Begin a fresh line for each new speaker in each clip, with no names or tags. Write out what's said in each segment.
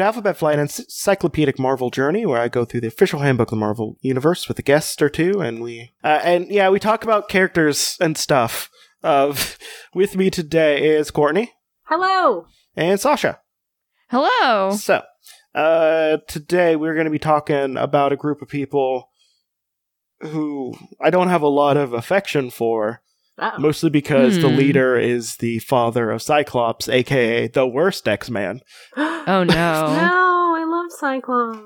Alphabet Flight Encyclopedic Marvel Journey, where I go through the official handbook of the Marvel Universe with a guest or two, and we uh, and yeah, we talk about characters and stuff. Uh, with me today is Courtney
Hello.
and Sasha.
Oh.
Hello.
So uh, today we're going to be talking about a group of people who I don't have a lot of affection for,
Uh-oh.
mostly because the
Hmm.
leader is the father of Cyclops, aka the worst X Man.
Oh no.
No, I love Cyclops.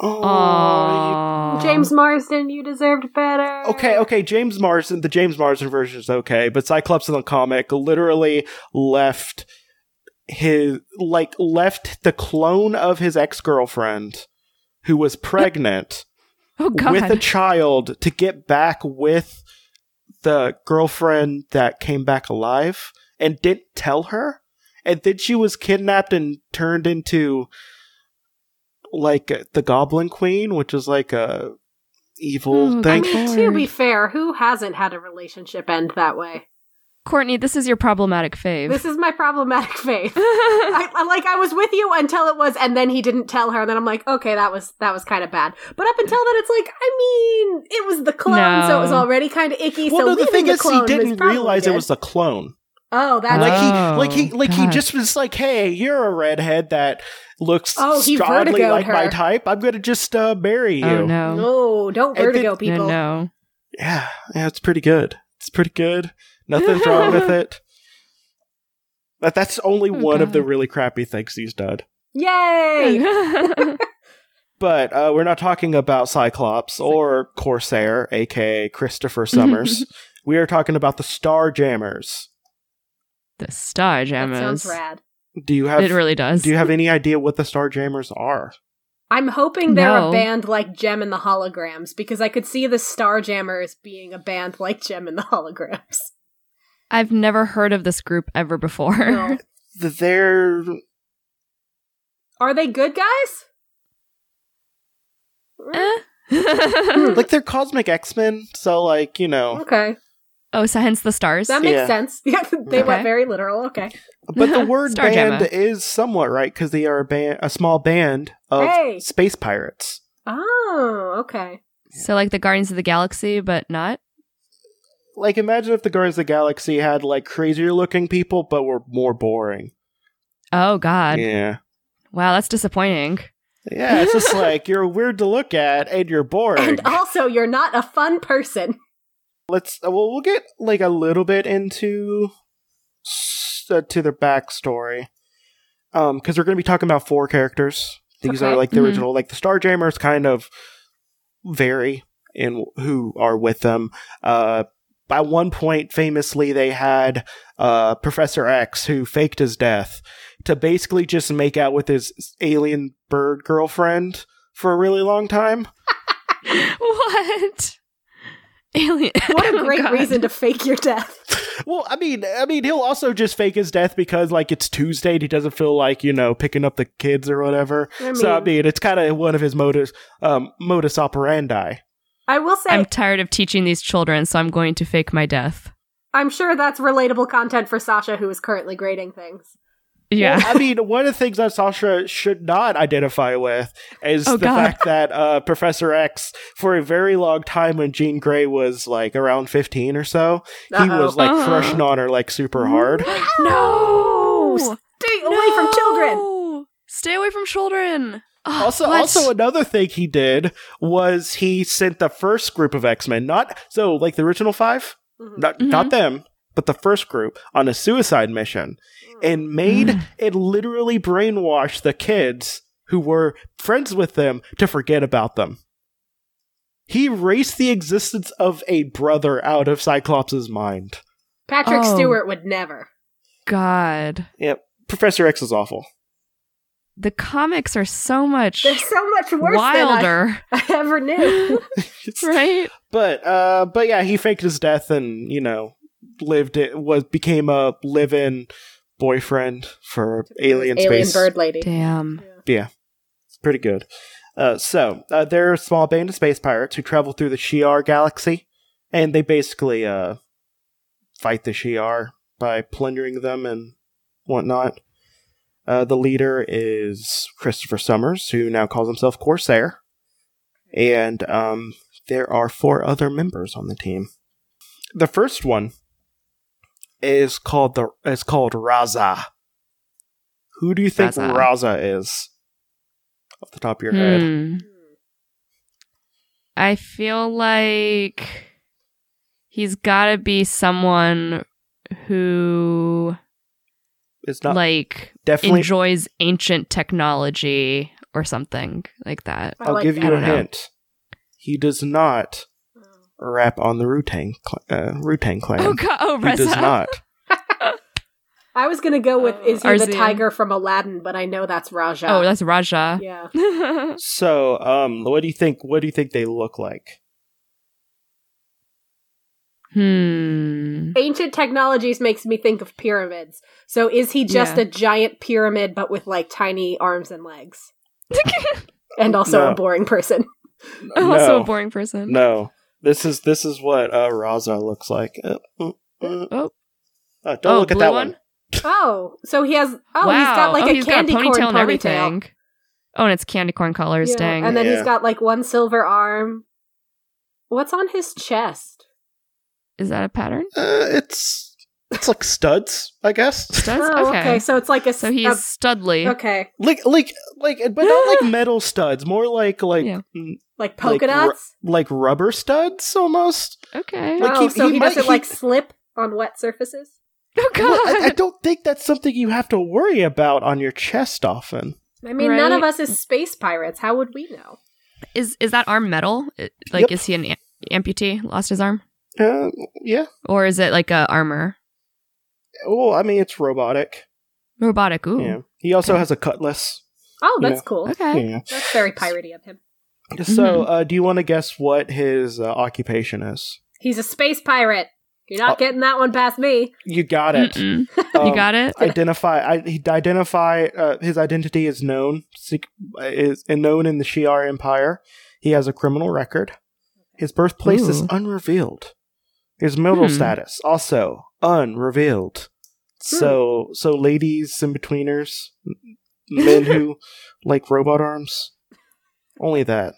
Aww.
James Marsden, you deserved better.
Okay, okay, James Marsden, the James Marsden version is okay, but Cyclops in the comic literally left his like left the clone of his ex-girlfriend who was pregnant
Oh god.
with a child to get back with the girlfriend that came back alive and didn't tell her and then she was kidnapped and turned into like the goblin queen which is like a evil
Oh,
thing
Hmm, I mean, to
Lord.
be fair, who hasn't had a relationship end that way?
Courtney, this is your problematic fave. Oh,
This is my problematic faith. I, I- like I was with you until it was, and then he didn't tell her. And then I'm like, okay, that was that was kind of bad. But up until then, it's like, I mean, it was the clone, so it was
No.
already kind of icky.
well no
so
the
leaving
thing
the
is he
clone was
didn't
probably
realize it
good.
was a clone
Oh, that's
like he
Oh,
like he like he
God.
just was like hey you're a redhead that looks
Oh, he
oddly
vertigoed
like my
her.
type i'm gonna just uh, bury you
oh no.
no, don't
And
vertigo,
then-
people.
No, no.
Yeah, yeah, it's pretty good. It's pretty good. Nothing's wrong with it. But that's only
Oh,
one of the
God.
really crappy things he's done.
Yay!
But uh, we're not talking about Cyclops or Corsair, aka Christopher Summers. we are talking about the Starjammers.
the Star
that
Jammers.
sounds rad.
Do you have
It really does.
do you have any idea what the Starjammers are?
I'm hoping they're a
No.
band like Gem and the Holograms because I could see the Starjammers being a band like Gem and the Holograms.
I've never heard of this group ever before.
No.
Th- They're
Are they good guys?
Uh, Eh?
like they're cosmic X Men, so like you know.
Okay.
oh, so hence the stars.
That makes
Yeah.
sense. Yeah, they went
Okay.
very literal. Okay.
But the word
Star
band
Gemma.
is somewhat right because they are a band, a small band of
Hey.
space pirates.
Oh, okay.
so like the Guardians of the Galaxy, but not.
Like, imagine if the Guardians of the Galaxy had like crazier looking people, but were more boring.
Oh god.
yeah,
Wow, that's disappointing.
yeah. It's just like you're weird to look at and you're boring.
And also, you're not a fun person.
Let's uh, well, we'll get like a little bit into s- uh, to their backstory, um, because we're going to be talking about four characters. These
Okay.
are like the
Mhm.
original, like the Starjammers, kind of vary in who are with them. Uh, by one point, famously, they had uh, Professor X, who faked his death to basically just make out with his alien bird girlfriend for a really long time.
what? Alien.
What a
Oh,
great
God.
reason to fake your death.
Well, I mean, I mean, he'll also just fake his death because like it's Tuesday and he doesn't feel like you know picking up the kids or whatever.
I mean,
so I mean, it's kind of one of his modus um, modus operandi.
I will say,
I'm
I'm,
tired of teaching these children, so I'm going to fake my death.
sure that's relatable content for Sasha, who is currently grading things.
Yeah.
I mean, one of the things that Sasha should not identify with is
Oh,
the
God.
fact that uh, Professor X, for a very long time when Jean Grey was like around fifteen or so, he
Uh-oh.
was like
Uh-huh.
crushing on her like super hard.
no.
Stay Oh. away from children.
Stay away from children. Ugh,
Also,
what?
also another thing he did was he sent the first group of X Men, not so like the original five,
Mhm.
not
Mhm.
not them, but the first group on a suicide mission, and made
Mm.
it literally brainwashed the kids who were friends with them to forget about them. He erased the existence of a brother out of Cyclops' mind.
Patrick
Oh.
Stewart would never.
God.
Yep, Professor X is awful.
The comics are so much
They're so much worse
wilder,
than I, I ever knew.
right?
But uh but yeah, he faked his death and, you know, lived it was became a live in boyfriend for alien,
Alien
space.
bird lady.
Damn.
Pretty good. Uh so uh, they're a small band of space pirates who travel through the Shi'ar galaxy and they basically uh fight the Shi'ar by plundering them and whatnot. Uh, the leader is Christopher Summers, who now calls himself Corsair. And um, there are four other members on the team. The first one is called the is called Raza. Who do you think
Raza.
Raza, is? Off the top of your head.
Hmm. I feel like he's got to be someone who
It's not
like
definitely
enjoys ancient technology or something like that.
I
I'll
like
give
that.
you a
don't know.
hint. He does not rap on the Rutang cl- uh, Rutang clan.
Oh god, oh
he does
Reza.
not.
I was gonna go with
Uh,
is he the
Arzian.
tiger from Aladdin, but I know that's Raja.
Oh, that's Raja.
yeah.
So, um, what do you think? What do you think they look like?
hmm.
Ancient technologies makes me think of pyramids. So is he just
Yeah.
a giant pyramid but with like tiny arms and legs? And also
No.
a boring person.
Also
no,
a boring person.
no. This is this is what uh, Raza looks like. Uh, mm, mm.
Oh.
Uh, don't
Oh,
look at
blue
that
one?
one.
Oh, so he has oh
wow.
he's got like
oh,
a
he's
candy
got a
corn
ponytail
ponytail.
and everything. Oh, and it's candy corn colors.
Yeah,
Dang.
And then
Yeah.
he's got like one silver arm. What's on his chest?
Is that a pattern?
Uh, it's it's like studs, I guess.
Studs?
oh, okay.
okay.
So it's like a
So
s-
he's
a-
studly.
okay,
like like like, but not like metal studs. More like like
Yeah.
mm,
like polka
Like ru-
dots.
like rubber studs almost.
Okay.
like,
oh,
he-
so
he
he,
might-
doesn't
he-
like slip on wet surfaces.
Oh god.
Well, I, I don't think that's something you have to worry about on your chest often.
I mean, none of
Right.
us is space pirates. How would we know?
Is is that arm metal? It- Like,
Yep.
is he an am- amputee? Lost his arm,
Uh, yeah.
or is it like a armor
Well, I mean, it's robotic.
robotic? Ooh.
Yeah. He also
Okay.
has a cutlass.
Oh, that's
No.
cool.
Okay. Mm-hmm.
Yeah.
That's very piratey of him.
So, uh, do you want to guess what his uh, occupation is?
He's a space pirate. You're not
Oh.
getting that one past me.
You got it.
Mm-mm.
Um,
you got it.
Identify. I, he identify. Uh, his identity is known. sec- Is known in the Shi'ar Empire. He has a criminal record. His birthplace is
Ooh.
unrevealed. His marital
Hmm.
status also unrevealed. So, so ladies in betweeners, men who like robot arms, only that,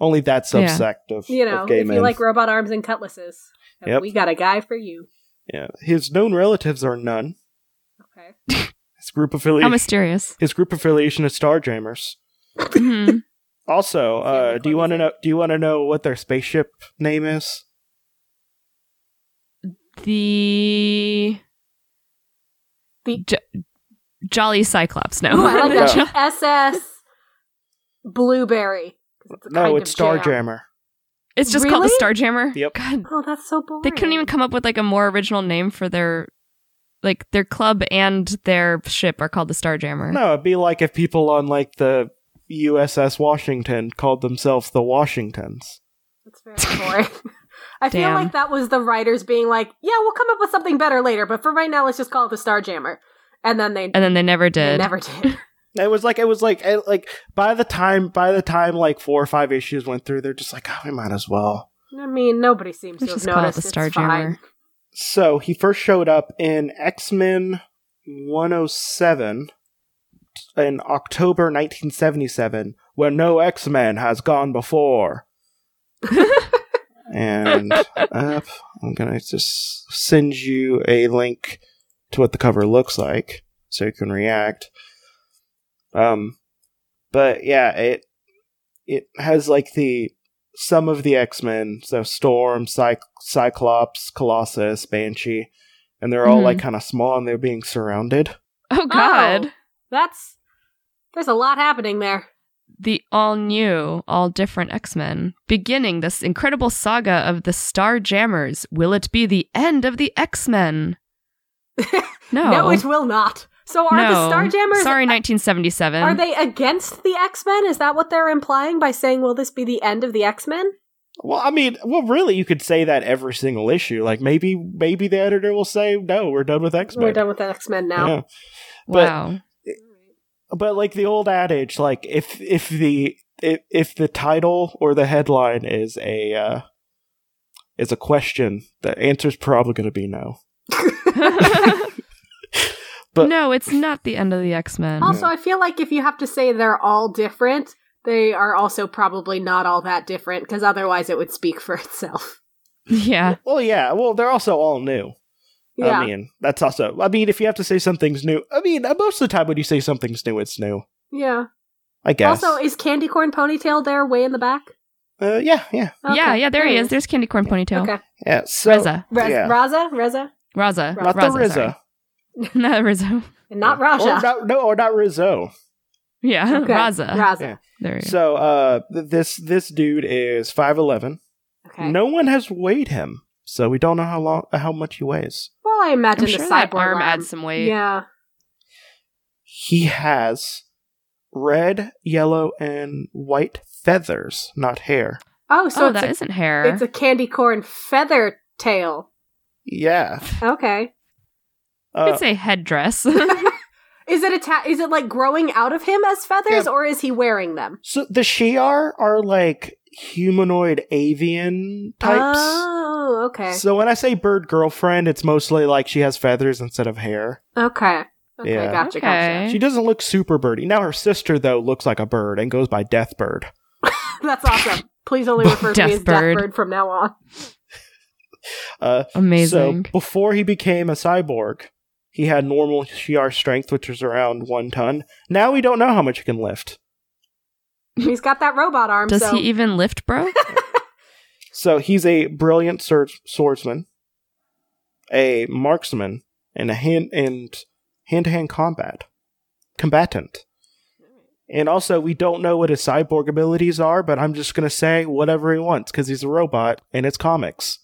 only that
Yeah.
subsect of
You
of
know,
gay
if
men.
you like robot arms and cutlasses, then
Yep.
we got a guy for you.
Yeah, his known relatives are none.
Okay.
His group
How
affiliation.
mysterious.
his group affiliation is Starjammers.
Mhm.
Also, uh,
Family
do you
club
want to
is
know? Do you want to know what their spaceship name is?
the
The-
Jo- Jolly Cyclops. No.
Ooh, I like that.
No.
SS Blueberry. 'Cause a
No,
kind
it's
of jam.
Starjammer.
it's just called the
Really?
Starjammer.
Yep.
God,
Oh, that's so boring.
they couldn't even come up with like a more original name for their like their club and their ship are called the Starjammer.
No, it'd be like if people on like the USS Washington called themselves the Washingtons.
That's very boring. I feel
Damn.
like that was the writers being like, "Yeah, we'll come up with something better later, but for right now, let's just call it the Starjammer." And then they,
And then they never
they
did.
never did.
It was like it was like it, like by the time by the time like four or five issues went through, they're just like, oh, we might as well.
I mean, nobody seems to
Let's
have
just call it
noticed.
the
It's fine.
Starjammer.
So he first showed up in oh X Men 107 in October 1977, where no X Men has gone before. and uh, I'm gonna just send you a link to what the cover looks like so you can react. Um, but yeah, it it has like the some of the X Men, so Storm, Cy- Cyclops, Colossus, Banshee, and they're all
Mhm.
like kind of small and they're being surrounded.
Oh god.
That's there's a lot happening there.
The all new, all different X-Men, beginning this incredible saga of the Star Jammers. Will it be the end of the X-Men? No.
No, it will not. So are the
No.
Starjammers?
Sorry, 1977.
Are they against the X Men? Is that what they're implying by saying, "Will this be the end of the X Men"?
Well, I mean, well, really, you could say that every single issue. Like maybe, maybe the editor will say, "No, we're done with X Men."
We're done with the X Men now.
Yeah. but-
wow.
But like the old adage, like if if the if, if the title or the headline is a uh, is a question, the answer's probably going to be no. But
no, it's not the end of the X Men.
Also, I feel like if you have to say they're all different, they are also probably not all that different because otherwise it would speak for itself.
Yeah.
well, yeah. Well, they're also all new.
Ah. Yeah.
I mean, that's also. I mean, if you have to say something's new, I mean, uh, most of the time when you say something's new, it's new.
yeah.
I guess.
Also, is Candy Corn Ponytail there way in the back?
uh, yeah, yeah,
Yeah,
Okay,
yeah, there he is. There's Candy Corn Ponytail.
Okay.
yeah. So
Reza.
Rez-
Yeah.
Raza? Reza?
Raza.
not
Raza,
the Rizza,
sorry. not Rizzo.
And not
or
Raja.
not, no, or not Rizzo.
Yeah,
Okay.
Raza.
Raza.
Yeah.
There he is.
So, uh, th- this this dude is five eleven.
Okay.
No one has weighed him, so we don't know how long, how much he weighs.
Well, I imagine
I'm
the
sure
cyborg
that arm adds some weight.
Yeah.
He has red, yellow, and white feathers, not hair.
Oh, so
oh,
it's,
that
a,
isn't hair.
it's a candy corn feather tail.
Yeah,
Okay.
uh,
it's a headdress.
Is it atta- Is it like growing out of him as feathers,
Yeah.
or is he wearing them?
So the Shi'ar are like humanoid avian types.
Oh, okay.
So when I say bird girlfriend, it's mostly like she has feathers instead of hair.
okay. Okay.
Yeah.
Gotcha.
Okay.
She doesn't look super birdy. Now her sister though looks like a bird and goes by Death Bird.
Gotcha. That's awesome. Please only refer to me as
Death bird.
Death Bird from now on.
Uh,
Amazing.
So before he became a cyborg, he had normal Shi'ar strength, which was around one ton. Now we don't know how much he can lift.
He's got that robot arm.
Does
um, so
he even lift, bro?
So he's a brilliant sword- swordsman, a marksman, and a hand and hand-to-hand combat combatant. And also, we don't know what his cyborg abilities are, but I'm just gonna say whatever he wants because he's a robot and it's comics.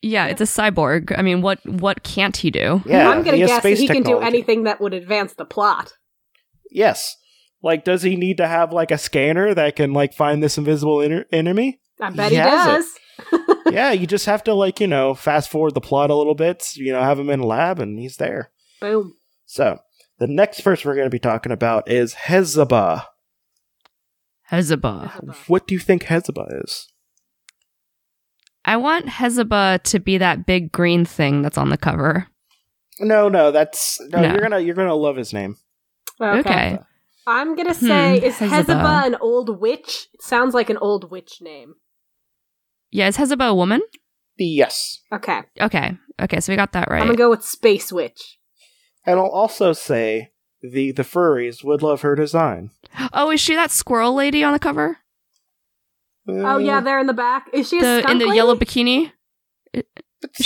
yeah, it's a cyborg. I mean, what what can't he do?
Yeah,
I'm gonna
he has
guess that
space
he can do
technology.
anything that would advance the plot.
Yes. Like, does he need to have like a scanner that can like find this invisible en- enemy?
I bet
He
he,
has it.
does.
yeah, you just have to like you know fast forward the plot a little bit. You know, have him in a lab and he's there.
Boom.
So, the next person we're going to be talking about is Hezabah.
Hezabah.
What do you think Hezabah is?
I want Hezabah to be that big green thing that's on the cover.
No, no, that's no,
No.
You're gonna you're gonna love his name.
Okay.
Okay.
I'm gonna say
Hmm,
is
Hezabah.
Hezabah an old witch? It sounds like an old witch name.
Yeah, is Hezabah a woman?
Yes,
Okay.
Okay. Okay, so we got that right.
I'm gonna go with Space Witch.
and I'll also say the the furries would love her design.
oh, is she that squirrel lady on the cover?
Oh
Uh,
yeah, there in the back. Is she a
The,
skunk
in the
lady?
yellow bikini? Is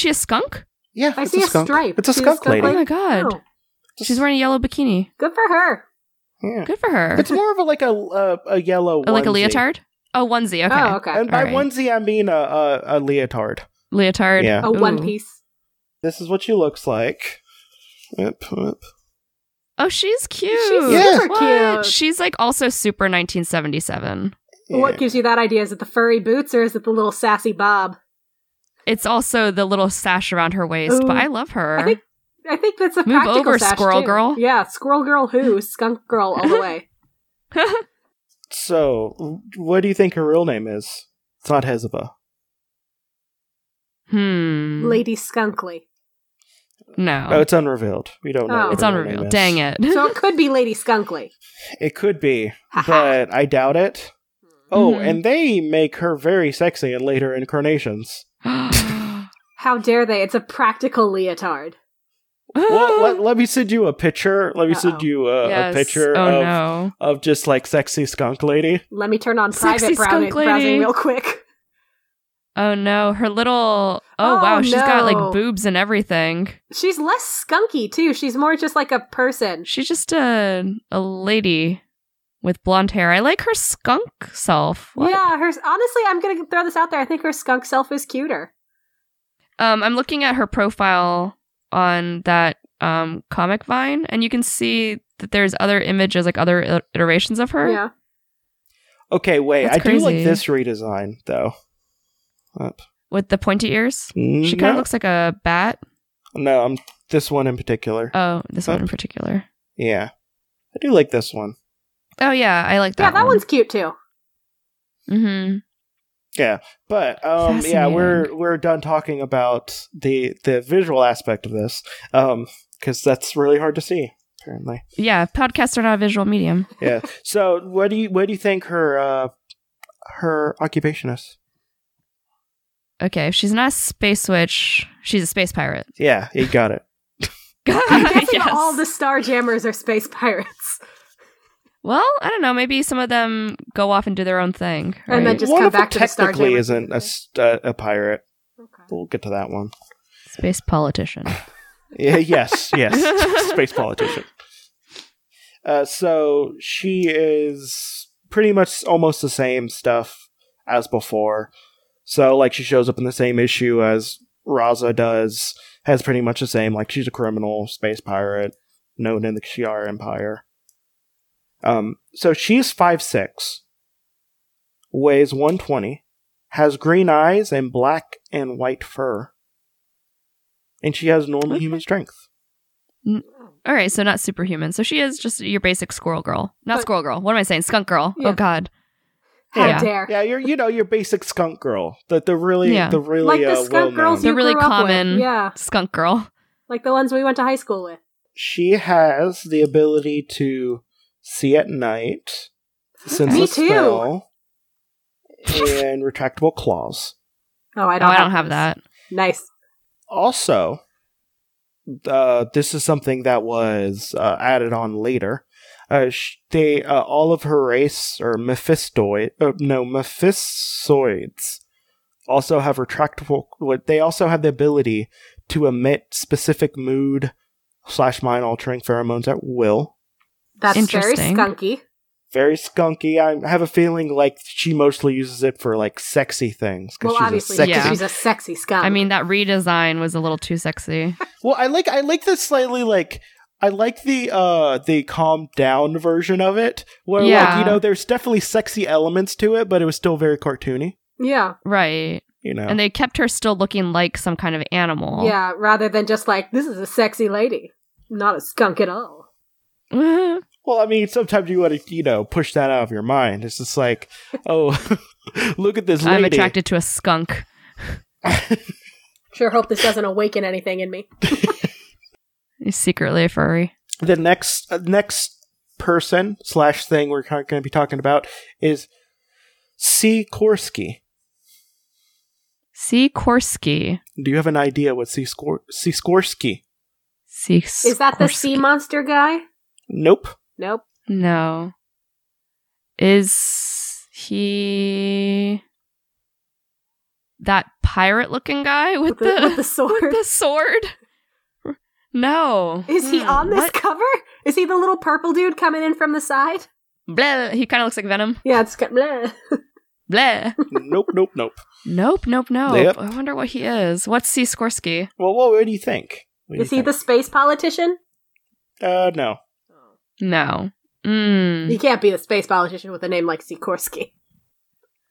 she a skunk?
yeah.
I
it's
see
a
a,
skunk.
stripe.
It's a
She's
skunk, lady.
Oh my
lady?
god.
Oh,
She's wearing a yellow bikini.
good for her.
Yeah.
Good for her.
It's more of a, like a a, a yellow,
Oh, like a
onesie.
leotard? Oh, onesie. Okay.
Oh, okay.
And by
Alright.
onesie, I mean a, a a leotard.
Leotard.
Yeah.
A one
Ooh.
piece.
This is what she looks like. Yep, yep.
Oh, she's cute.
She's super
What?
cute.
She's like also super 1977.
Yeah.
What gives you that idea? Is it the furry boots or is it the little sassy bob?
It's also the little sash around her waist, but
Ooh.
I love her.
I think I think that's a
Move
practical
over,
sash,
squirrel
too.
girl.
Yeah, squirrel girl who? Skunk girl all the way.
So, what do you think her real name is? It's not Hezabah.
hmm.
Lady Skunkly.
No.
Oh, it's unrevealed. We don't know.
Oh.
what
it's
her real name
unrevealed.
is.
Dang it.
So it could be Lady Skunkly.
It could be,
Haha.
but I doubt it. Oh,
Hmm.
Mhm.
and they make her very sexy in later incarnations.
How dare they? It's a practical leotard.
Well, let, let me send you a picture. Let me send
Uh-oh.
you uh, a,
Yes.
a picture
Oh,
of,
no.
of just like sexy skunk lady.
Let me turn on
Sexy
private browsing,
skunk lady.
browsing real quick.
Oh, no. Her little. Oh,
Oh,
wow. She's got
no.
like boobs and everything.
She's less skunky too. She's more just like a person.
She's just a, a lady with blonde hair. I like her skunk self. What?
Yeah, her honestly, I'm gonna throw this out there. I think her skunk self is cuter.
Um, I'm looking at her profile on that um, comic vine, and you can see that there's other images, like other i- iterations of her.
Yeah.
Okay, wait.
That's
I do like
crazy.
this redesign though. Up.
With the pointy ears. She kind
no,
of looks like a bat.
no, I'm this one in particular.
Oh, this
Up.
one in particular.
yeah, I do like this one.
Oh, yeah. I like that
yeah, that
one.
one's cute too.
Mm-hmm.
But um, yeah,
Fascinating.
we're we're done talking about the the visual aspect of this. Um, because that's really hard to see. Apparently,
Yeah, podcasts are not a visual medium.
yeah. so, what do you what do you think her uh, her occupation is?
Okay, if she's not a space witch, she's a space pirate.
Yeah, you got it.
I'm guessing
Yes.
all the Starjammers are space pirates.
Well, I don't know. Maybe some of them go off and do their own thing.
And then
right?
just
one
come
of them
back to the Starjammers
technically isn't a,
movie.
st- uh, a pirate.
Okay.
We'll get to that one.
space politician.
Yeah, Uh, yes, yes. Space politician. Uh, so she is pretty much almost the same stuff as before. So, like, she shows up in the same issue as Raza does, has pretty much the same. Like, she's a criminal, space pirate, known in the Shi'ar Empire. Um, so she's five six, weighs 120, has green eyes and black and white fur, and she has normal human strength.
All right, so not superhuman. So she is just your basic squirrel girl. Not
But-
squirrel girl. What am I saying? Skunk girl.
Yeah.
Oh God.
How
Yeah.
dare.
Yeah, you're you know your basic skunk girl. The the really
Yeah.
the really
Like the
uh,
skunk
well known.
girls
They're
you
really
grew up with.
common.
Yeah.
Skunk girl.
Like the ones we went to high school with.
She has the ability to see at night, sense
Me
a
too.
smell, and retractable claws.
Oh, I
No,
don't.
I
have
don't have
those.
that.
Nice.
Also, uh, this is something that was uh, added on later. Uh, sh- they uh, all of her race or Mephistoid, uh, no Mephistoids, also have retractable. What they also have the ability to emit specific mood slash mind altering pheromones at will.
That's very
Interesting.
skunky.
Very skunky. I have a feeling like she mostly uses it for like sexy things. 'cause
Well,
she's a
obviously,
sexy
because
Yeah.
she's a sexy skunk.
I mean, that redesign was a little too sexy.
Well, I like I like the slightly like I like the uh the calm down version of it where like
Yeah.
you know there's definitely sexy elements to it, but it was still very cartoony.
yeah,
Right.
You know,
And they kept her still looking like some kind of animal.
yeah. Rather than just like this is a sexy lady, not a skunk at all.
Yeah.
well, I mean, sometimes you want to you know push that out of your mind. It's just like, oh, look at this lady.
I'm attracted to a skunk.
Sure, hope this doesn't awaken anything in me.
He's secretly a furry.
The next uh, next person slash thing we're going to be talking about is C Korsky.
C. Korsky.
Do you have an idea what C Skor- C Korsky?
C.
Is that the sea monster guy?
Nope.
Nope.
No. Is he that pirate looking guy
With
with,
the, with the sword.
the sword? No.
is he
Hmm,
on this
what?
cover? Is he the little purple dude coming in from the side?
Blah. He kind of looks like Venom.
Yeah, it's got- bleh.
Blah.
nope. Nope. Nope.
nope, nope, nope.
Yep.
I wonder what he is. What's C. Skorsky?
Well, what, what do you think? What do
Is
you
he the space politician?
the? Uh, no.
No. Mm.
He can't be the space politician with a name like Sikorsky.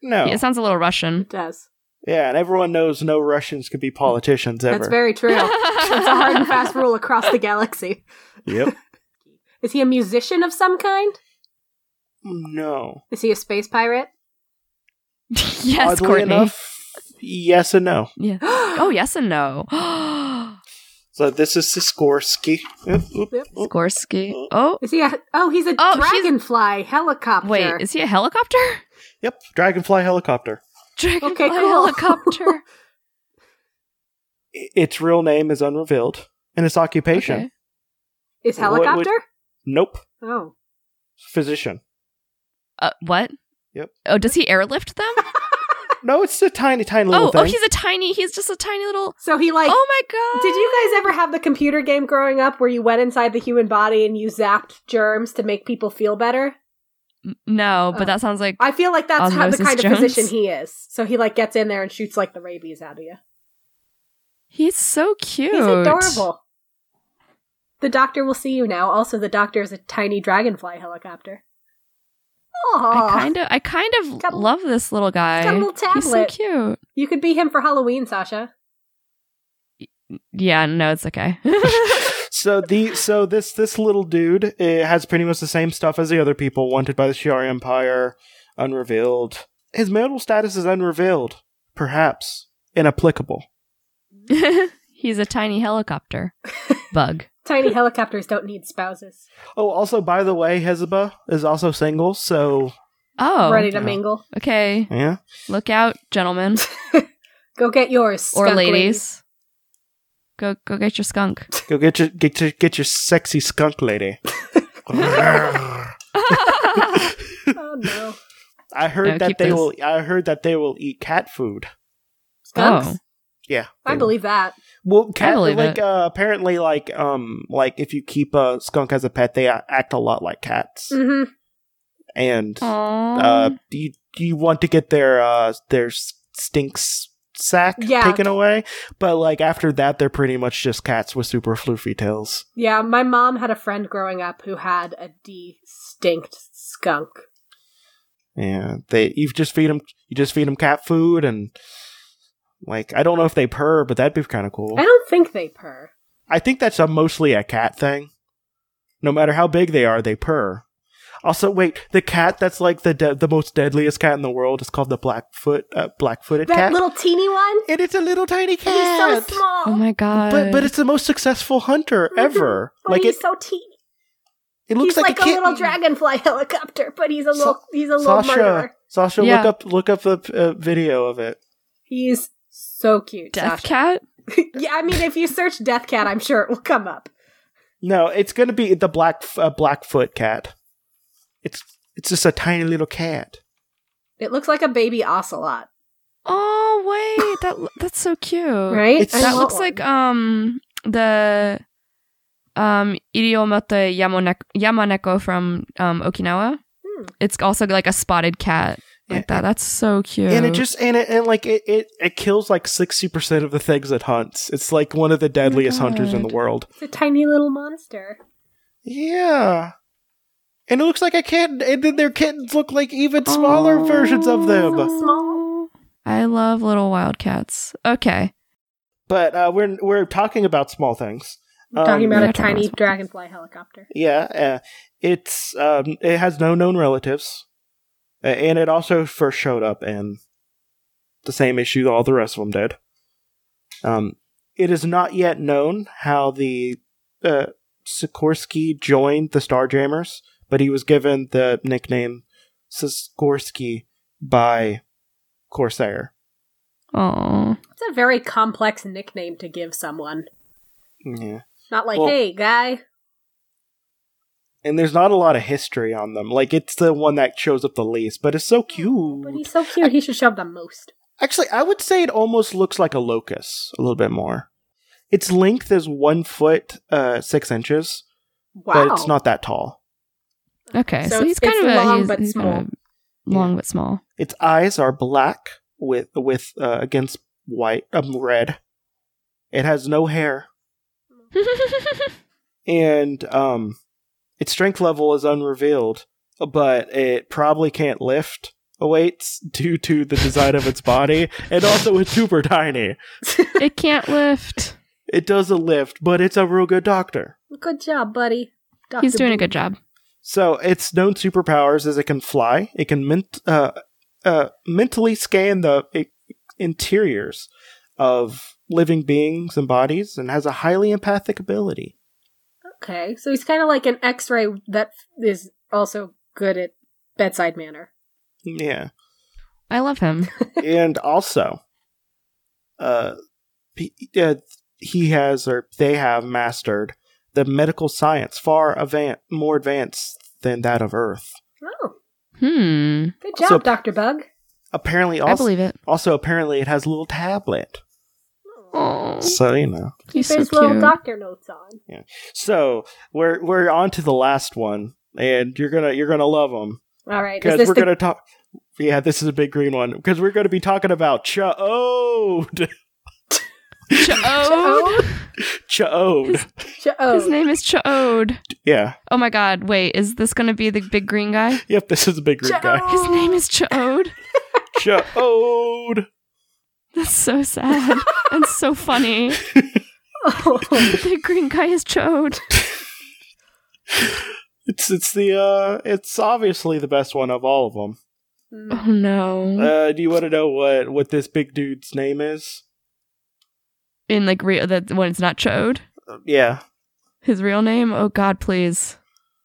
No.
It sounds a little Russian.
It does.
Yeah, and everyone knows no Russians could be
Hmm.
politicians ever.
That's very true. That's a hard and fast rule across the galaxy.
yep.
Is he a musician of some kind?
No.
Is he a space pirate?
yes,
Oddly
Courtney.
enough, yes and no.
Yeah.
oh,
Oh, yes and no.
Oh. So this is Sikorsky. Oop, oop,
Yep.
oop.
Skorsky. Oh,
Is he a? Oh, he's a
Oh, she's-
dragonfly helicopter.
Oh, wait. Is he a helicopter?
Yep. Dragonfly helicopter.
Dragonfly
Okay, cool.
helicopter.
I- Its real name is unrevealed, and its occupation.
Okay.
Is
What would-
helicopter?
Nope.
Oh,
Physician.
Uh, what?
Yep.
Oh, does he airlift them?
No, it's a tiny, tiny little
oh,
thing.
oh, he's a tiny. He's just a tiny little.
so he like.
oh my god!
Did you guys ever have the computer game growing up where you went inside the human body and you zapped germs to make people feel better?
No,
Oh.
but that sounds like
I feel like that's how, the
Osmosis
kind of
Jones?
physician he is. So he like gets in there and shoots like the rabies out of you.
he's so cute.
He's adorable. The doctor will see you now. Also, the doctor is a tiny dragonfly helicopter. Aww.
I kind of, I kind of
Got a-
love this little guy.
got a little
He's so
tablet.
cute.
you could be him for Halloween, Sasha.
Yeah, no, it's okay.
so the so this this little dude it has pretty much the same stuff as the other people wanted by the Shi'ar Empire, unrevealed. His marital status is unrevealed, perhaps inapplicable.
he's a tiny helicopter bug.
Tiny helicopters don't need spouses.
Oh, also, by the way, Hezbollah is also single, so
Oh.
Ready to
yeah.
mingle.
Okay.
yeah.
Look out, gentlemen
Go get yours.
or
skunk
ladies.
lady.
Go go get your skunk.
Go get your get your get your sexy skunk lady. I
Oh no.
heard
No,
that
keep
they
this.
will. I heard that they will eat cat food.
Skunks?
Oh.
Yeah,
I
they-
believe that.
Well, cat
believe
like
it.
uh, apparently like um like if you keep a skunk as a pet, they a- act a lot like cats,
hmm
and uh,
Mm. Aw.
do you do you want to get their uh their s- stinks sack
Yeah.
taken away? But like after that, they're pretty much just cats with super floofy tails.
Yeah, my mom had a friend growing up who had a distinct skunk.
Yeah, they you just feed them you just feed them cat food and like I don't know if they purr, but that'd be kind of cool.
I don't think they purr.
I think that's a mostly a cat thing. No matter how big they are, they purr. Also, wait, the cat that's like the de- the most deadliest cat in the world is called the blackfoot uh, black-footed
That
cat.
little teeny one?
and it's a little tiny cat.
He's so small.
oh my god.
But but it's the most successful hunter
Mhm.
ever.
But
Like
he's
it,
so teeny.
it looks
he's like, a,
kitten.
little dragonfly helicopter, but he's a
Sa-
little he's a little
Sasha,
murderer.
Sasha,
Yeah.
look up look up the uh, video of it.
He's so cute.
Death
Sasha.
cat?
yeah, I mean, if you search Death Cat, I'm sure it will come up.
No, it's gonna be the black uh, blackfoot cat. It's it's just a tiny little cat.
It looks like a baby ocelot,
Oh wait, that that's so cute.
right?
It's-
I
That
want
looks
one.
like um the um Iriomote Yamone- Yamaneko from um Okinawa.
Hmm.
It's also like a spotted cat like that. That's so cute.
And it just and it and like it it, it kills like sixty percent of the things it hunts. It's like one of the deadliest hunters in the
God.
world.
It's a tiny little monster.
Yeah. And it looks like a kitten, and then their kittens look like even smaller
Aw.
versions of them.
So small.
I love little wildcats. Okay.
But uh, we're we're talking about small things. Um,
talking about
yeah,
a
talking about
tiny
small-
dragonfly helicopter.
Yeah, uh, it's um, it has no known relatives, uh, and it also first showed up in the same issue all the rest of them did. Um, it is not yet known how the uh, Sikorsky joined the Starjammers, but he was given the nickname Sikorsky by Corsair.
Oh.
It's a very complex nickname to give someone.
Yeah.
Not like,
Well-
hey, guy.
And there's not a lot of history on them. Like it's the one that shows up the least, but it's so cute.
But he's so cute. He should show up the most.
Actually, I would say it almost looks like a locust a little bit more. Its length is one foot uh, six inches,
Wow.
but it's not that tall.
Okay. So,
it's-
he's kind
it's
of a
long
he's-
but
he's kind
small.
of long but small.
Its eyes are black with with uh, against white um, red. It has no hair, and um, its strength level is unrevealed, but it probably can't lift weights due to the design of its body, and also it's super tiny.
it can't lift.
It does a lift, but it's a real good doctor.
Good job, buddy. Dr.
He's doing a
Boo.
good job.
So its known superpowers is it can fly. It can ment- uh, uh, mentally scan the i- interiors of living beings and bodies, and has a highly empathic ability.
Okay, so he's kind of like an X-ray that is also good at bedside manner.
Yeah,
I love him.
and also, uh, he, uh, he has or they have mastered the medical science far avan- more advanced than that of Earth.
Oh,
Hmm.
good job,
So-
Doctor Bug.
Apparently,
I
also,
believe it.
also apparently it has a little tablet.
Oh.
So you know.
Keep
He's so
his little
cute.
doctor notes on.
So we're we're on to the last one, and you're gonna you're gonna love them
All right, is
because
this
we're
the
gonna talk. Yeah, this is a big green one because we're gonna be talking about Chaode.
Chode.
Chode?
Chaode.
Chode.
His name is Chode.
Yeah.
Oh my god, wait, is this gonna be the big green guy?
Yep. This is a big green guy.
His name is Chode.
Chaode.
That's so sad and so funny.
Oh.
The big green guy is Chode.
It's it's the uh it's obviously the best one of all of them.
Mm,
Oh no.
Uh, do you want to know what what this big dude's name is?
In like real that when it's not Chode.
Uh, yeah.
His real name? Oh God, please.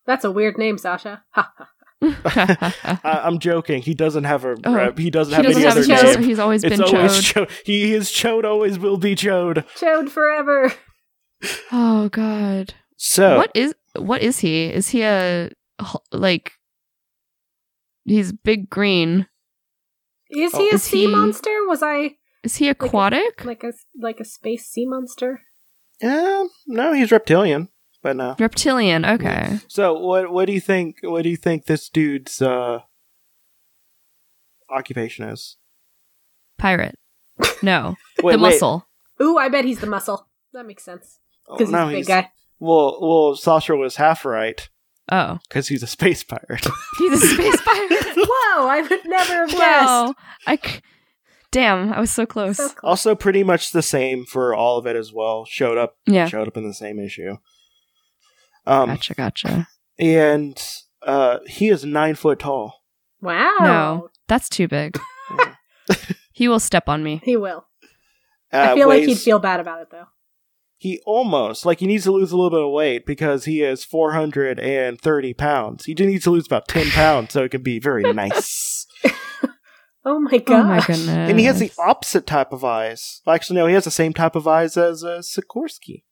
That's a weird name, Sasha. Ha.
oh,
I, I'm joking. He doesn't have a.
Oh.
uh, he doesn't
he
have
doesn't
any
have
other
a chode.
name.
He's always
it's
been
always
chode.
chode. He is chode. Always will be chode.
Chode forever.
oh God.
So
What is what is he? Is he a h- like? He's big green.
Is
Oh.
he a
Is
sea
he-
monster? Was I
Is he aquatic?
like a like a space sea monster?
Eh, no, he's reptilian, but no.
Reptilian. Okay.
So what what do you think? What do you think this dude's uh, occupation is?
Pirate. No.
Wait, wait.
the muscle.
Ooh, I bet he's the muscle. That makes sense
Oh,
because
no,
he's a big
he's-
guy.
Well, well, Sasha was half right
Oh,
because he's a space pirate.
he's a space pirate.
Whoa! I would never have guessed.
Wow. I. c- Damn, I was so close.
So cool.
also, pretty much the same for all of it as well. Showed up,
yeah.
showed up in the same issue. Um,
Gotcha. Gotcha.
and uh, he is nine foot tall.
Wow.
No, that's too big. he will step on me.
He will.
Uh,
I feel like he'd
weighs-
feel bad about it though.
he almost like he needs to lose a little bit of weight because he is 430 pounds he just needs to lose about 10 pounds so it can be very nice
Oh my god.
Oh my goodness.
and he has the opposite type of eyes actually no he has the same type of eyes as uh, sikorsky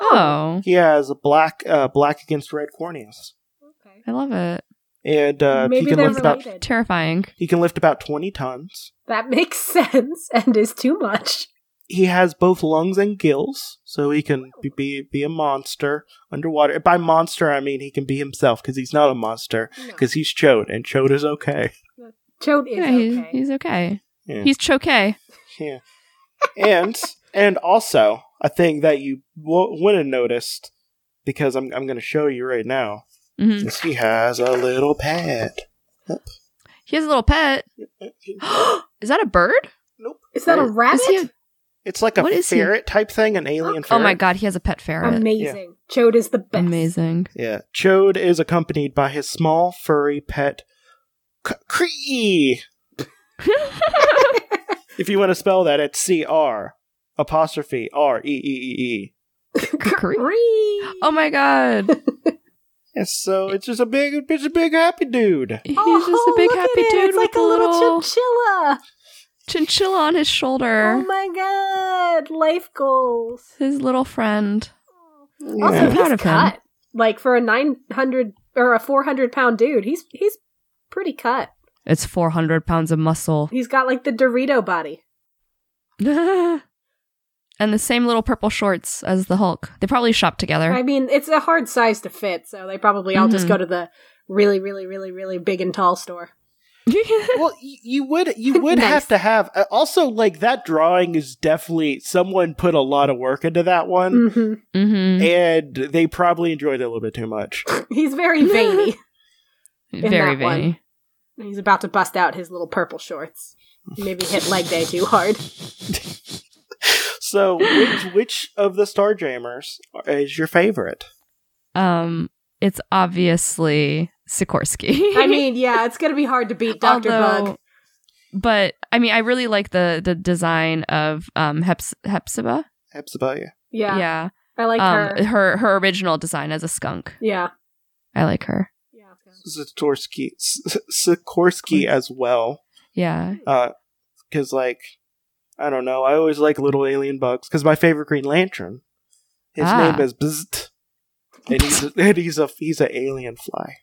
Oh,
he has a black uh, black against red corneas
Okay.
I love it.
and uh, he
Maybe
can
they're
lift
related.
about
Terrifying.
he can lift about 20 tons
That makes sense and is too much.
he has both lungs and gills so he can be be, be a monster underwater by monster i mean he can be himself because he's not a monster
No.
because he's chode and chode is okay
Chode is
yeah, he's
okay.
he's okay.
Yeah.
He's choquet.
Yeah. And and also a thing that you w- wouldn't have noticed because I'm I'm going to show you right now
hmm
is he has a little pad.
He has a little pet. Is that a bird?
Is that a rabbit?
Is he a-
It's like a
What is he?
ferret type thing, an alien
oh
ferret.
my god, he has a pet ferret.
Amazing. Chode is the best.
Amazing.
Yeah. Chode is accompanied by his small furry pet C- Cree. If you want to spell that, it's C R apostrophe R E E E E.
Cuckoo.
Cree.
oh my god.
And so it's just a big, it's a big happy dude.
He's
Oh,
just a big
look at
happy
it.
dude
It's
with
like a little, chinchilla.
chinchilla on his shoulder.
Oh my god. Life goals.
his little friend.
Also,
Yeah.
I'm proud
he's
of him.
cut. Like for a nine hundred or a four hundred pound dude, he's he's pretty cut.
It's 400 pounds of muscle.
He's got like the Dorito body.
and the same little purple shorts as the Hulk. They probably shop together.
I mean, it's a hard size to fit, so they probably all just
Mhm.
go to the really, really, really, really big and tall store.
well y- you would you would
Nice.
have to have uh, also like that drawing is definitely someone put a lot of work into that one
hmm
hmm
and they probably enjoyed it a little bit too much
He's very veiny. in
Very
that one.
veiny.
He's about to bust out his little purple shorts. Maybe hit leg day too hard.
so which which of the starjammers is your favorite
Um, it's obviously Sikorsky.
I mean, yeah, it's gonna be hard to beat Doctor Bug.
But I mean, I really like the the design of um Heps- Hepzibah.
Hepzibah.
Yeah, I like
um,
her.
her her original design as a skunk.
Yeah,
I like her.
yeah.
Sikorsky S- Sikorsky as well
Yeah.
uh cuz like I don't know I always like little alien bugs cuz my favorite green lantern his
Ah.
name is Bzt, and he's a, and he's a he's an alien fly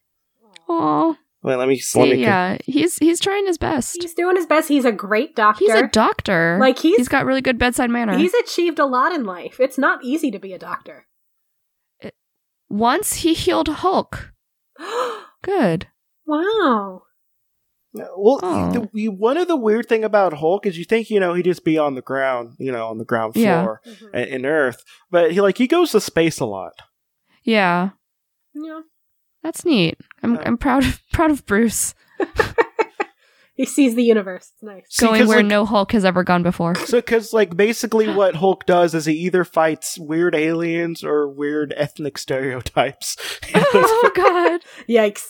Oh,
Wait, let me let me
see, uh, yeah, he's he's trying his best.
He's doing his best. He's a great doctor.
He's a doctor.
like he's
he's got really good bedside manner.
he's achieved a lot in life. It's not easy to be a doctor.
Once he healed Hulk. Good.
wow.
Well,
Oh.
the, you- one of the weird thing about Hulk is you think you know he'd just be on the ground, you know, on the ground
Yeah.
floor
Mhm.
i- in Earth, but he like he goes to space a lot.
Yeah,
Yeah.
that's neat. I'm
Yeah.
I'm proud of proud of Bruce
He sees the universe. It's nice.
See,
going
'cause,
where
like-
no Hulk has ever gone before.
So, because like basically what Hulk does is he either fights weird aliens or weird ethnic stereotypes.
oh God.
Yikes.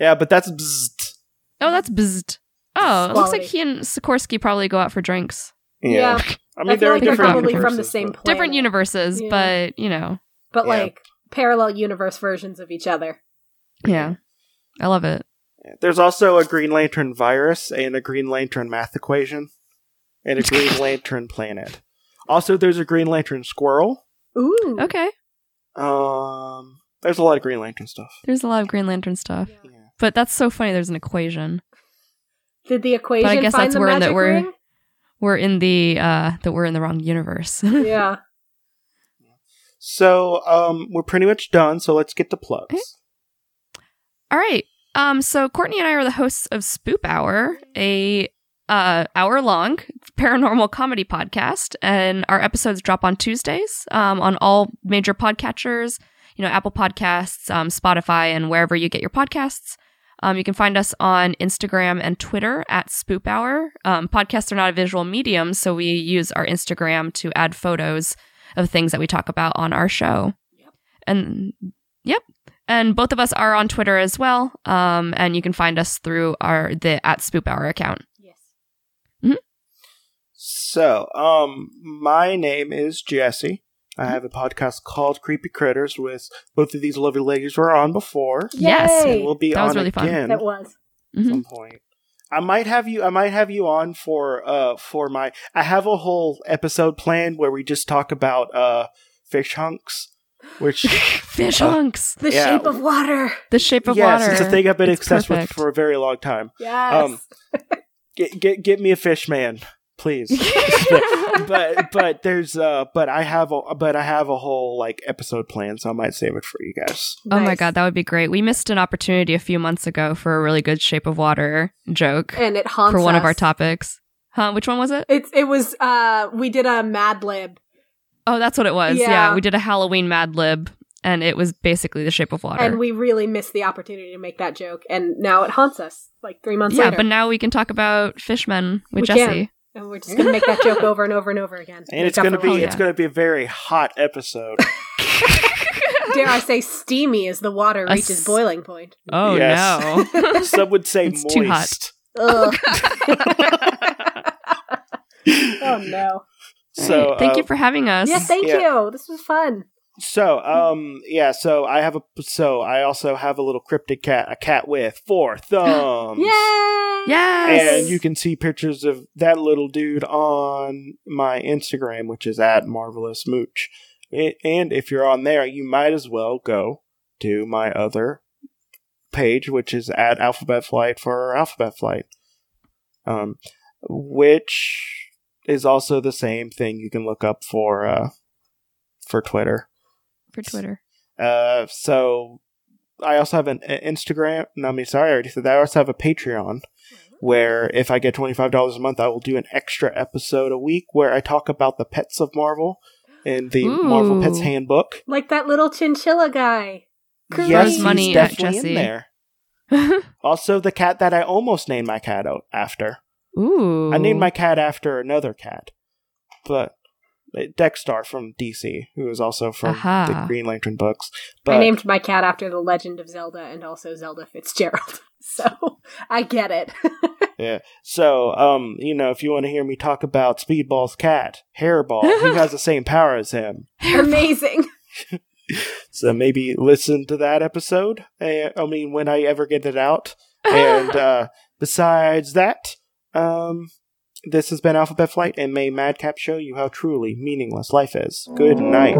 yeah, but that's bzzzt.
Oh, that's bzzzt. Oh, it looks
Quality.
like he and Sikorsky probably go out for drinks.
Yeah.
I mean they're
I feel like they're
different
probably from the
universes,
same
but-
planet.
Different universes,
Yeah.
but you know,
but
Yeah.
like parallel universe versions of each other.
Yeah. I love it.
There's also a Green Lantern virus and a Green Lantern math equation and a Green Lantern planet. Also, there's a Green Lantern squirrel.
Ooh.
Okay.
Um, there's a lot of Green Lantern stuff.
There's a lot of Green Lantern stuff.
Yeah.
But that's so funny. There's an equation.
Did the equation
But I guess
find
that's
the
where that
magic
we're-
ring?
We're in the uh that we're in the wrong universe.
yeah.
So um, we're pretty much done. So let's get to plugs.
All right. Um, so Courtney and I are the hosts of Spoop Hour, a uh, hour long paranormal comedy podcast, and our episodes drop on Tuesdays um, on all major podcatchers, you know, Apple Podcasts, um, Spotify, and wherever you get your podcasts. Um, you can find us on Instagram and Twitter at Spoop Hour. Um, podcasts are not a visual medium, so we use our Instagram to add photos of things that we talk about on our show.
Yep.
And yep, and both of us are on Twitter as well. Um, and you can find us through our the at Spoop Hour account.
Yes.
So um, my name is Jesse. I
Mm-hmm.
have a podcast called Creepy Critters with both of these lovely ladies who were on before.
Yes.
And
Yay!
we'll be
That
on
was really fun.
again.
That was.
at
Mhm.
some point. I might have you. I might have you on for uh for my. I have a whole episode planned where we just talk about uh fish hunks, which
Fish
Uh,
hunks,
The
Yeah.
shape of water.
the shape of
yes,
water.
it's a thing I've been
It's
obsessed with
perfect.
for a very long time.
Yes.
Um, Get get get me a fish man, please. but but there's uh but I have a but I have a whole like episode planned, so I might save it for you guys.
Oh my
Nice.
god, that would be great. We missed an opportunity a few months ago for a really good shape of water joke
And it haunts
for one of
us.
our topics. Huh, which one was it?
It's it was uh we did a Mad Lib.
Oh, that's what it was. Yeah,
Yeah.
we did a Halloween Mad Lib, and it was basically the shape of water.
and we really missed the opportunity to make that joke, and now it haunts us like three months
yeah,
later.
but now we can talk about fishmen with
We can.
Jesse.
and we're just gonna make that joke over and over and over again.
And
Make
it's
up
gonna
for
be
Oh,
lost.
it's
yeah.
gonna be a very hot episode.
dare I say steamy as the water
A
reaches
s-
boiling point.
Oh
Yes.
no.
Some would say
It's
moist.
too hot.
Ugh. oh no.
Um, So
Alright, thank
uh,
you for having us.
Yes, thank
Yeah.
you. This was fun.
So, um, yeah. So I have a. So I also have a little cryptid cat, a cat with four thumbs.
Yay!
Yes.
And you can see pictures of that little dude on my Instagram, which is at marvelous mooch. A- And if you're on there, you might as well go to my other page, which is at Alphabet Flight for Alphabet Flight, um, which is also the same thing. You can look up for uh, for Twitter.
for Twitter.
Uh, so I also have an an Instagram. No, I mean, sorry, I already said that. I also have a Patreon where if I get twenty five dollars a month, I will do an extra episode a week where I talk about the pets of Marvel and the
Ooh.
Marvel Pets Handbook.
Like that little chinchilla guy. Great.
Yes, he's
money at
definitely
Jesse.
in there. Also, the cat that I almost named my cat o- after.
Ooh.
I named my cat after another cat, but uh, Dexter from DC, who is also from
Aha.
the Green Lantern books. But
I named my cat after the Legend of Zelda and also Zelda Fitzgerald. So I get it.
Yeah. So, um, you know, if you want to hear me talk about Speedball's cat, Hairball, he has the same power as him.
Amazing.
So maybe listen to that episode. eh, I mean, when I ever get it out. And uh, besides that, um, this has been Alphabet Flight, and may Madcap show you how truly meaningless life is. Good night.